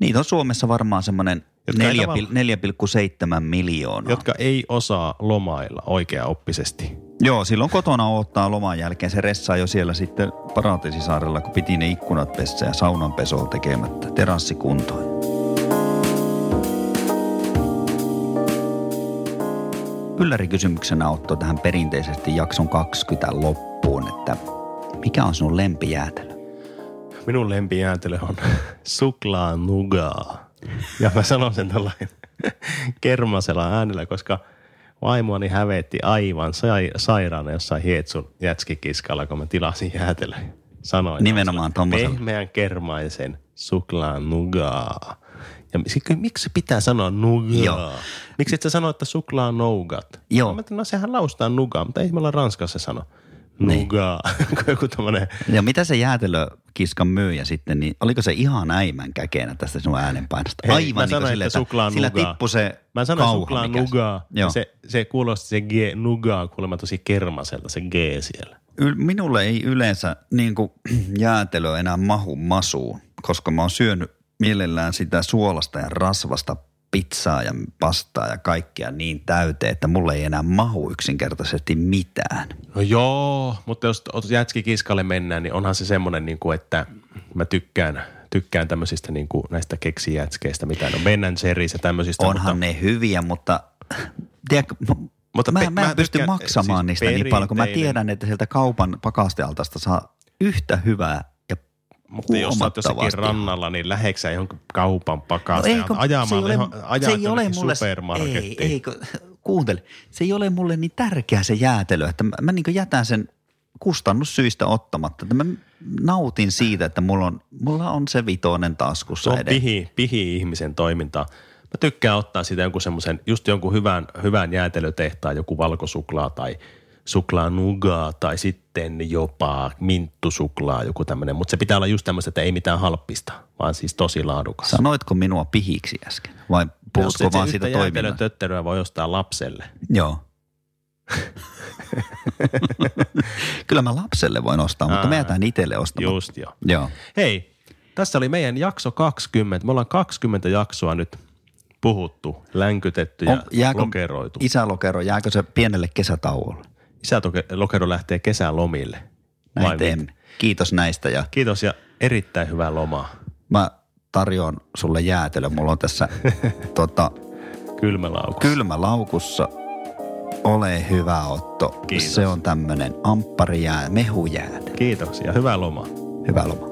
Niitä on Suomessa varmaan semmoinen Jotka ei 4,7 miljoonaa. Jotka ei osaa lomailla oikeaoppisesti. Joo, silloin kotona ottaa loman jälkeen. Se ressaa jo siellä sitten Paratiisisaarella, kun piti ne ikkunat pessä ja saunan pesoa tekemättä. Terassi kuntoon. Yllärikysymyksenä Otto tähän perinteisesti jakson 20 loppuun, että mikä on sinun lempijäätelö? Minun lempijäätelö on suklaa nugaa. Ja mä sanon sen tällainen kermasella äänellä, koska vaimoani hävetti aivan sai, sairaana jossain hietsun jätskikiskalla, kun mä tilasin jäätelöä. Sanoin Nimenomaan tommosella. Pehmeän kermaisen suklaa nugaa. Ja sit- miksi se pitää sanoa nugaa? Joo. Miksi et sä sano, että suklaa nougat? Joo. Mä ajattelin, no sehän laustaa nugaa, mutta ei me olla Ranskassa sano. Nugaa. Niin. Joku tommonen Ja mitä se jäätelökiskan myyjä sitten, niin oliko se ihan äimän käkeenä tästä sinun äänenpainosta? Hei, mä Aivan niin kuin sanoin, että sille, että suklaan sillä nugaa. tippui se Mä sanoin kauha, suklaa mikä se- nugaa. Joo. Se, se kuulosti se G, nugaa kuulemma tosi kermaselta, se G siellä. Yl- Minulle ei yleensä niin kuin, jäätelö enää mahu masuun, koska mä oon syönyt mielellään sitä suolasta ja rasvasta pizzaa ja pastaa ja kaikkea niin täyteen, että mulle ei enää mahu yksinkertaisesti mitään. No joo, mutta jos Jätski Kiskalle mennään, niin onhan se semmoinen, niin kuin, että mä tykkään, tykkään tämmöisistä niin kuin näistä keksijätskeistä, mitä ne on Ben Jerry's ja tämmöisistä. Onhan mutta, ne hyviä, mutta tiedätkö, mutta Mutta mä, pe- mä mä en pysty tykkään- maksamaan siis niistä niin paljon, kun mä perinteinen- tiedän, että sieltä kaupan pakastealtaasta saa yhtä hyvää ja mutta jos sä oot jossakin huomattavasti. rannalla, niin läheksä johonkin kaupan No pakasteen, kun- no ajamaan, se ei johon- ole, se ajaa ei ole mulle, ei, supermarkettiin. ei, kun, kuuntele, se ei ole mulle niin tärkeä se jäätelö, että mä, mä niin jätän sen kustannussyistä ottamatta. Että mä nautin siitä, että mulla on, mulla on se vitonen taskussa Se on edelleen. pihi, pihi-ihmisen toimintaa. Mä tykkään ottaa siitä jonkun semmoisen, just jonkun hyvän, hyvän jäätelötehtaan, joku valkosuklaa tai suklaa nugaa tai sitten jopa minttusuklaa, joku tämmöinen. Mutta se pitää olla just tämmöistä, että ei mitään halppista, vaan siis tosi laadukas. Sanoitko minua pihiksi äsken vai Jos puhutko et vaan se siitä yhtä toiminnasta? jäätelötötteröä voi ostaa lapselle. Joo. Kyllä mä lapselle voin ostaa, mutta mä jätän itselle ostamaan. Just joo. Joo. Hei, tässä oli meidän jakso 20. Me ollaan 20 jaksoa nyt puhuttu, länkytetty ja On- jääkö- lokeroitu. Isälokero, jääkö se pienelle kesätauolle? Isälokero lähtee kesälomille. Näin Vai teemme. Kiitos näistä ja Kiitos ja erittäin hyvää lomaa. mä tarjoan sulle jäätelö. Mulla on tässä tota, Kylmälaukku. kylmälaukussa. Ole hyvä Otto. Kiitos. Se on tämmönen ampparijää, mehujäätelö. Kiitoksia. Hyvää lomaa. Hyvää lomaa.